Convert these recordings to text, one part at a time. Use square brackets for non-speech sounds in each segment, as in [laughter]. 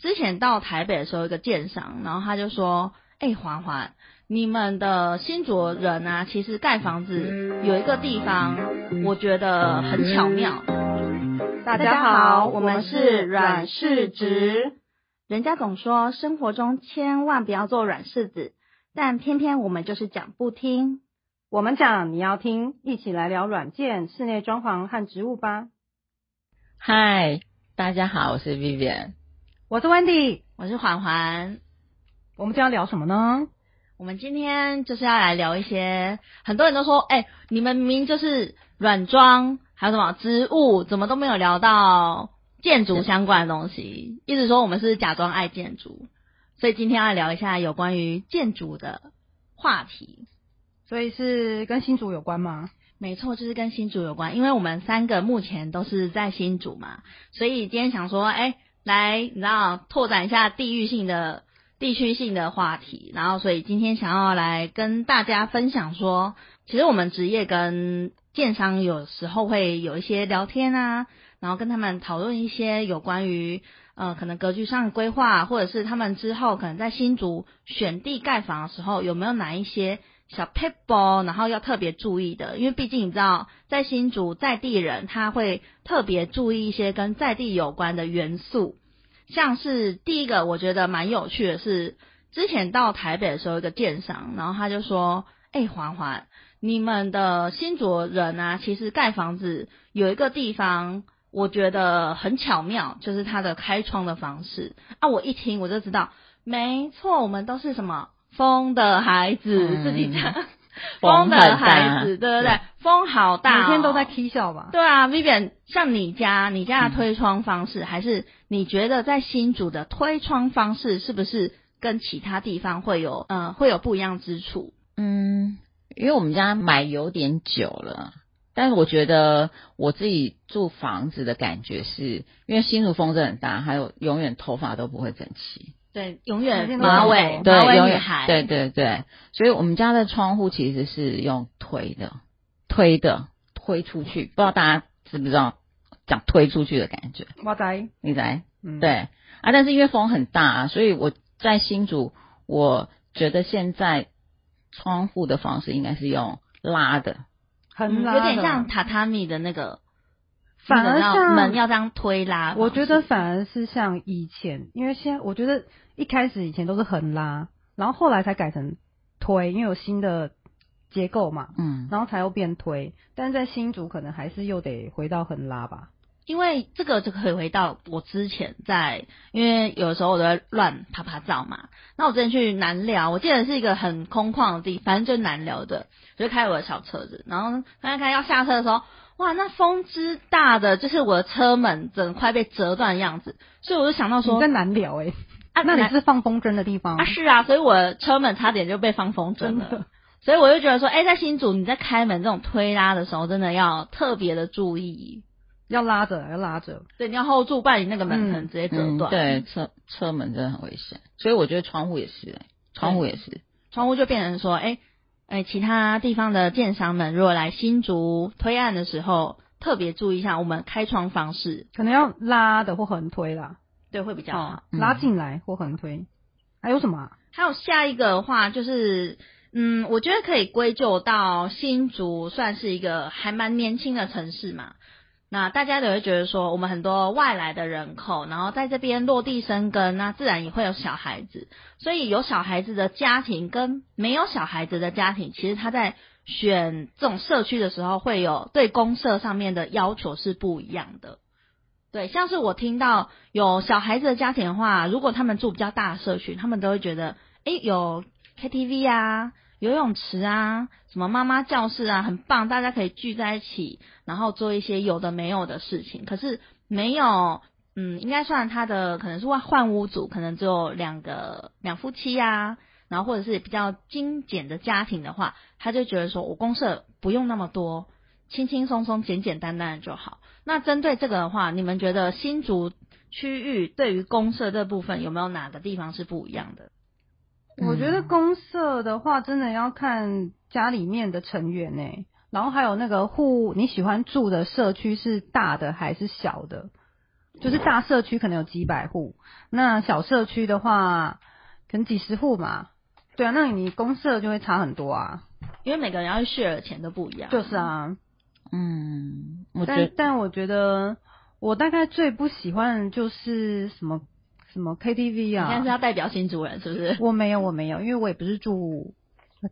之前到台北的时候，一个鉴赏，然后他就说：“哎、环环，你们的新竹人啊，其实盖房子有一个地方，我觉得很巧妙。大家好我们是阮氏直。人家总说生活中千万不要做软柿子，但偏偏我们就是讲不听。我们讲你要听，一起来聊软件、室内装潢和植物吧。嗨，大家好，我是 Vivian。我是 Wendy，我是环环，我们今天要聊什么呢？我们今天就是要来聊一些，很多人都说，哎、你们明明就是软装，还有什么植物，怎么都没有聊到建筑相关的东西，一直说我们是假装爱建筑，所以今天要聊一下有关于建筑的话题。所以是跟新竹有关吗？没错，就是跟新竹有关，因为我们三个目前都是在新竹嘛，所以今天想说，哎、来，你知道拓展一下地域性的、地区性的话题，然后所以今天想要来跟大家分享说，其实我们职业跟建商有时候会有一些聊天啊，然后跟他们讨论一些有关于呃可能格局上的规划，或者是他们之后可能在新竹选地盖房的时候有没有哪一些小 p e b l e 然后要特别注意的，因为毕竟你知道，在新竹在地人他会特别注意一些跟在地有关的元素，像是第一个我觉得蛮有趣的是，之前到台北的时候，一个建商，然后他就说：“哎、环环，你们的新竹人啊，其实盖房子有一个地方，我觉得很巧妙，就是它的开窗的方式。”啊，我一听我就知道，没错，我们都是什么风的孩子， [laughs] 嗯自己讲风的很大孩子，对对对对，风好大、哦，每天都在 K 笑吧？对啊，Vivian，像你家你家的推窗方式，还是你觉得在新竹的推窗方式是不是跟其他地方会有呃会有不一样之处？嗯，因为我们家买有点久了，但是我觉得我自己住房子的感觉是，因为新竹风真的很大，还有永远头发都不会整齐，对，永远嗯马尾对马，尾永女远孩，对对对，所以我们家的窗户其实是用推的，推的推出去，不知道大家知不知道讲推出去的感觉，哇塞，你来。嗯，，对啊，但是因为风很大、啊，所以我在新竹，我觉得现在窗户的方式应该是用拉的，嗯很拉有点的像，榻榻米的那个，反那个而要像门要这样推拉。我觉得，反而是像以前，因为现在我觉得一开始以前都是横拉，然后后来才改成推，因为有新的结构嘛，嗯，然后才又变推。但在新竹可能还是又得回到横拉吧。因为这个就可以回到我之前在，因为有时候我都在乱拍拍照嘛。那我之前去南寮，我记得是一个很空旷的地，反正就是南寮的，我就开我的小车子，然后开开要下车的时候，哇，那风之大的，就是我的车门整块被折断的样子，所以我就想到你说在，南寮哎、啊，那里南是放风筝的地方啊，是啊，所以我的车门差点就被放风筝真了。的。所以我就觉得说，哎、在新竹你在开门这种推拉的时候，真的要特别的注意，要拉着，要拉着。对，你要 hold 住，不然你那个门可嗯能直接折嗯断、对，车车门真的很危险，所以我觉得窗户也是、欸，窗户也是，窗户就变成说，哎、哎、其他地方的建商们如果来新竹推案的时候，特别注意一下我们开窗方式，可能要拉的或横推啦，对，会比较好。哦，拉进来或横推。还有什么啊、还有下一个的话就是，嗯，我觉得可以归咎到新竹算是一个还蛮年轻的城市嘛。那大家都会觉得说，我们很多外来的人口，然后在这边落地生根，那自然也会有小孩子。所以有小孩子的家庭跟没有小孩子的家庭，其实他在选这种社区的时候，会有对公社上面的要求是不一样的。对，像是我听到有小孩子的家庭的话，如果他们住比较大的社区，他们都会觉得，诶，有 KTV 啊，游泳池啊，什么妈妈教室啊，很棒，大家可以聚在一起，然后做一些有的没有的事情。可是没有，嗯，应该算他的可能是换换屋主，可能只有两个两夫妻啊，然后或者是比较精简的家庭的话，他就觉得说我公社不用那么多，轻轻松松、简简单单的就好。那针对这个的话，你们觉得新竹区域对于公社这部分有没有哪个地方是不一样的？嗯我觉得公社的话，真的要看家里面的成员呢、欸然后还有那个户你喜欢住的社区是大的还是小的？就是大社区可能有几百户，那小社区的话可能几十户嘛。对啊，那你公社就会差很多啊。因为每个人要 share 的钱都不一样。就是啊，嗯，我觉但得但我觉得我大概最不喜欢的就是什么什么 KTV 你现在是啊，要代表新主人是不是？ [laughs] 我没有我没有，因为我也不是住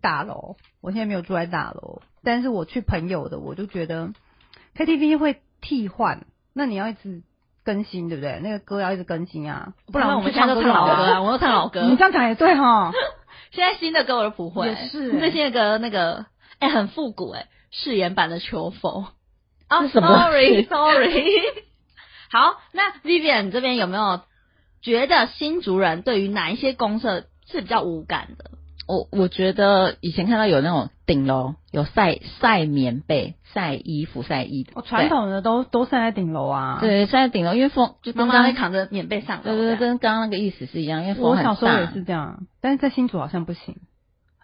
大楼，我现在没有住在大楼，但是我去朋友的，我就觉得 KTV 会替换，那你要一直更新，对不对？那个歌要一直更新啊，不然我们们去现在唱都唱歌就老好歌了。啊，我们都唱老歌。你这样讲也 [laughs] 对哈，现在新的歌我都不会，也是最新的歌那个，哎、很复古哎、誓言版的《求佛》啊是什么 [laughs] Sorry Sorry，好，那 Vivian 你这边有没有觉得新族人对于哪一些公社是比较无感的？我我觉得以前看到有那种顶楼有晒晒棉被、晒衣服、晒衣我服，哦传统的都都晒在顶楼啊。，对对晒在顶楼，因为风就妈妈刚会刚扛着棉被上楼这对对，样，跟刚刚那个意思是一样，因为风我很小大。时候也是这样，但是在新竹好像不行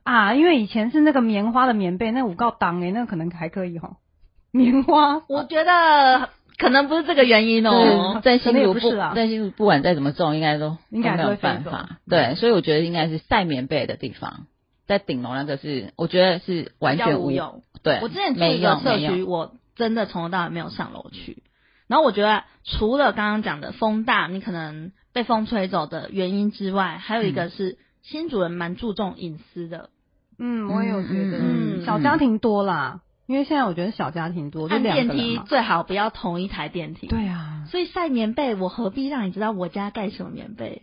啊，因为以前是那个棉花的棉被，那五告当欸诶，那可能还可以吼。棉花，我觉得可能不是这个原因哦、对，在新可能也竹不不是啊在新竹不管再怎么种，应该都应该都没还是会有飞办走法。对，所以我觉得应该是晒棉被的地方，在顶楼那个是，我觉得是完比较全无无用。对，我之前住没一个用社没用区，我真的从头到尾没有上楼去。然后我觉得，除了刚刚讲的风大，你可能被风吹走的原因之外，还有一个是、新主人蛮注重隐私的，嗯，我也有觉得，嗯嗯嗯小家庭多啦，因为现在我觉得小家庭多，就按两电个人梯嘛。最好不要同一台电梯。，对啊，所以晒棉被，我何必让你知道我家盖什么棉被？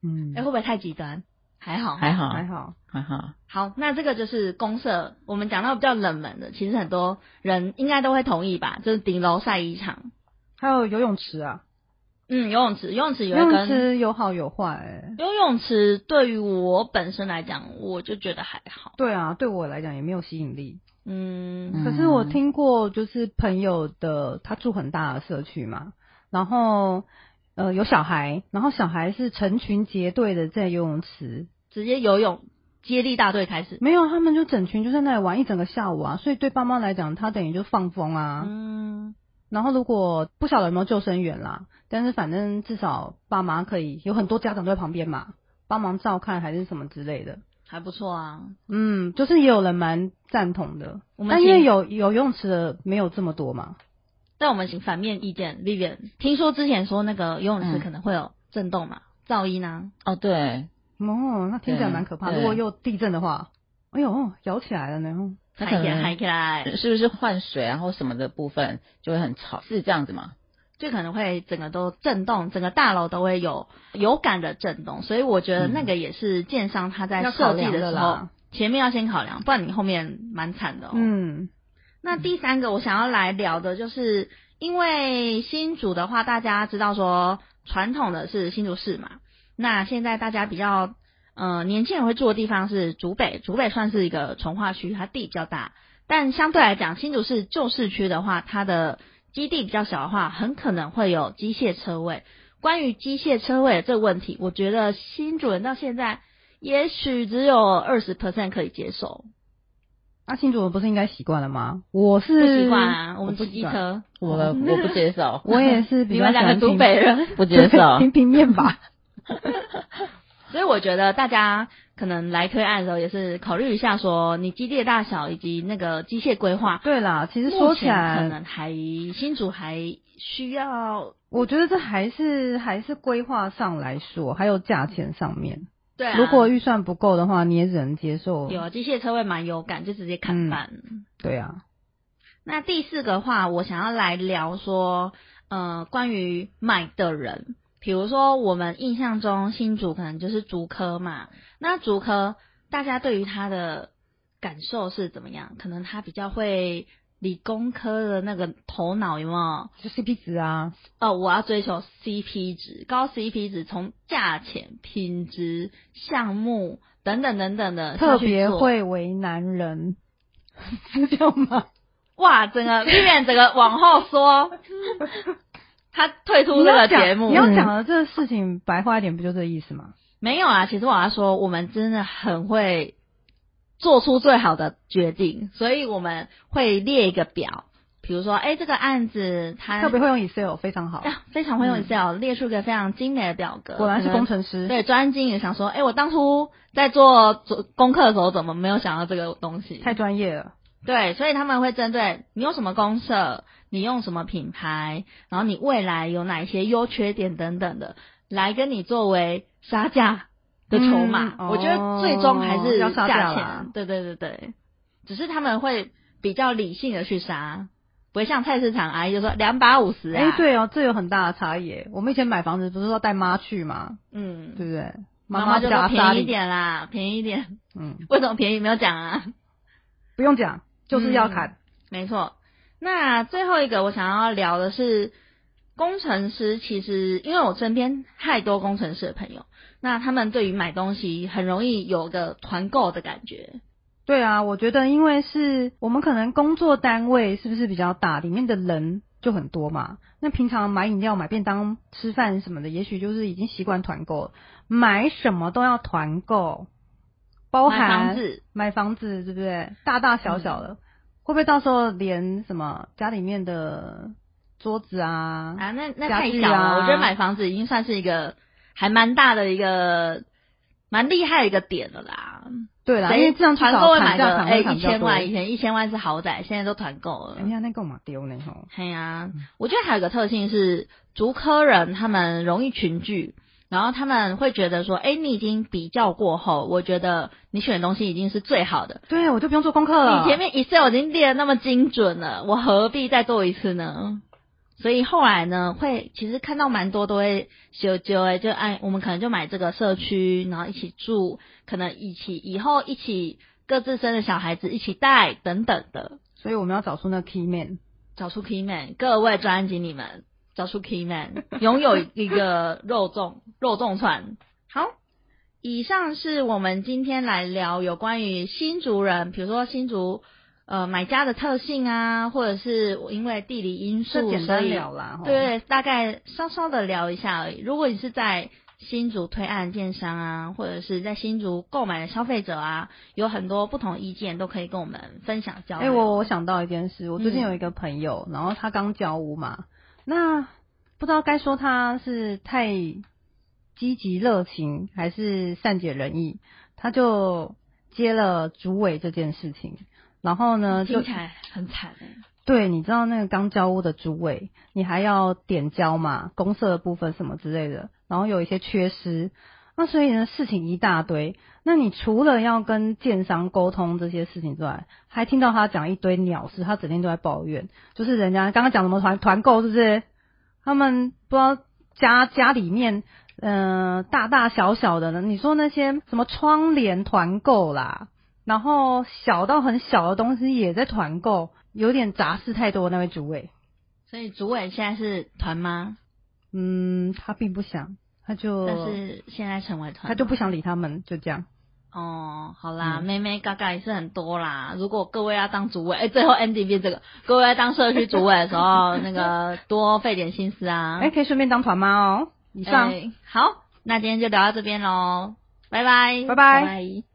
嗯哎、，会不会太极端？还好，还好还好，还好，好，那这个就是公社，我们讲到比较冷门的，其实很多人应该都会同意吧，就是顶楼晒衣场。还有游泳池啊，嗯，游泳池，游泳池游有一根泳池有好有坏、欸。游泳池对于我本身来讲，我就觉得还好。对啊，对我来讲也没有吸引力。嗯，嗯可是我听过，就是朋友的他住很大的社区嘛，然后呃有小孩，然后小孩是成群结队的在游泳池，直接游泳接力大队开始。没有他们就整群就在那里玩一整个下午啊，所以对爸妈来讲，他等于就放风啊。嗯，然后如果不晓得有没有救生员啦，但是反正至少爸妈可以有很多家长都在旁边嘛，帮忙照看还是什么之类的。还不错啊。嗯，就是也有人蛮赞同的我，们但因为请有有游泳池的没有这么多嘛。但我们请反面意见，Vivian，听说之前说那个游泳池嗯可能会有震动嘛，噪音啊。哦对，哦，那听起来蛮可怕。对如果有地震的话，哎呦，摇起来了呢。它嗨可起来，能嗨起来，是不是换水然后什么的部分就会很吵，是这样子吗？就可能会整个都震动，整个大楼都会有有感的震动，所以我觉得那个也是建商他在嗯要设考计量的时候啦，前面要先考量，不然你后面蛮惨的哦。嗯，那第三个我想要来聊的就是，因为新竹的话，大家知道说传统的是新竹市嘛，那现在大家比较呃年轻人会住的地方是竹北，竹北算是一个从化区，它地比较大，但相对来讲，新竹市旧市区的话，它的基地比较小的话，很可能会有机械车位。关于机械车位的这个问题，我觉得新主人到现在也许只有二十 percent 可以接受，那、啊新主人不是应该习惯了吗？我不是习惯啊，我们不骑习机惯车。我我不接受，哦 [laughs] 我也 [laughs] 是比你较们喜两个欢竹平，北人， [laughs] 不接受平平面吧。 [laughs] 所以我觉得大家可能来推案的时候也是考虑一下，说你基地的大小以及那个机械规划。对啦，其实目说起前可来，能还新竹还需要我觉得这还是还是规划上来说，还有价钱上面，对啊，如果预算不够的话，你也只能接受。有机械车位蛮有感，就直接砍嗯半。对啊，那第四个话，我想要来聊说，呃，关于买的人，比如说我们印象中新竹可能就是竹科嘛，那竹科大家对于它的感受是怎么样？可能他比较会理工科的那个头脑有没有？就 CP 值啊，呃，我要追求 CP 值，高 CP 值从价钱、品质、项目等等等等的特下去别做会为难人，是这样吗？ [laughs] 哇，整个 Vivian 整个往后说，他退出你这个要讲节目你要嗯讲的这个事情，白话一点，不就这意思吗？没有啊？其实我要说，我们真的很会做出最好的决定，所以我们会列一个表，比比如说，哎，这个案子它特别会用 Excel，非常 [laughs] 好，啊非常会用嗯 Excel，、列出一个非常精美的表格。果然是可能工程师。对，专案经理想说，哎、我当初在做做功课的时候，怎么没有想到这个东西？太专业了，对，所以他们会针对你用什么公社，你用什么品牌，然后你未来有哪一些优缺点等等的，来跟你作为杀价的筹码。嗯我觉得最终还是哦要杀价啦钱。对对对对，只是他们会比较理性的去杀，不会像菜市场阿姨就说两百五十哎、啊。，对哦，这有很大的差异。我们以前买房子不是都带妈去吗？嗯，对不对？妈妈妈比就较说阿莎便宜莉一，点啦，便宜一点。 [laughs] 嗯，为什么便宜没有讲啊？不用讲，就是嗯要砍。没错。那最后一个我想要聊的是，工程师其实因为我身边太多工程师的朋友，那他们对于买东西很容易有个团购的感觉。对啊，我觉得因为是我们可能工作单位是不是比较大，里面的人就很多嘛。那平常买饮料、买便当、吃饭什么的，也许就是已经习惯团购了，买什么都要团购，包含买房子，嗯买房子，对不对？大大小小的，会不会到时候连什么家里面的桌子啊？啊，那那家太具小了。啊我觉得买房子已经算是一个还蛮大的一个蛮厉害的一个点了啦。对啦，因谁为这样至团少购会买砍价个砍哎会砍一比较千多。万，以前一千万是豪宅，现在都团购了。哎呀，那个嘛丢呢吼，哎呀、我觉得还有一个特性是，竹科人他们容易群聚，然后他们会觉得说，哎，你已经比较过后，我觉得你选的东西已经是最好的。对我就不用做功课了。你前面 Excel 已经列的那么精准了，我何必再做一次呢？所以后来呢，会其实看到蛮多都会修修哎，就按我们可能就买这个社区，然后一起住，可能一起以后一起各自生的小孩子一起带等等的。所以我们要找出那个 key man。找出 key man，各位专案经理们，找出 key man，拥有一个肉粽 [laughs] 肉粽串。好，以上是我们今天来聊有关于新竹人，比如说新竹呃买家的特性啊，或者是因为地理因这素，简所单以聊啦，吼，对，大概稍稍的聊一下而已。如果你是在新竹推案建商啊，或者是在新竹购买的消费者啊，有很多不同意见都可以跟我们分享交哎、流。我我想到一件事，我最近嗯有一个朋友，然后他刚交屋嘛，那不知道该说他是太积极热情，还是善解人意，他就接了主委这件事情，然后呢，就听起来很惨哎、对，你知道那个刚交屋的主委，你还要点交嘛，公社的部分什么之类的，然后有一些缺失，那所以呢事情一大堆。那你除了要跟建商沟通这些事情之外，还听到他讲一堆鸟事，他整天都在抱怨，就是人家刚刚讲什么团团购是不是？他们不知道家家里面，呃，大大小小的呢，你说那些什么窗帘团购啦，然后小到很小的东西也在团购，有点杂事太多。那位主委，所以主委现在是团妈，嗯，他并不想，他就但是现在成为团妈，呃他就不想理他们，就这样。哦。好啦，嗯妹妹嘎嘎也是很多啦。如果各位要当主委，哎、最后 Andy 变这个，各位要当社区主委的时候，那 [laughs] 个多费点心思啊。哎哎、可以顺便当团妈哦。以上。哎好，那今天就聊到这边喽，拜拜，拜拜拜拜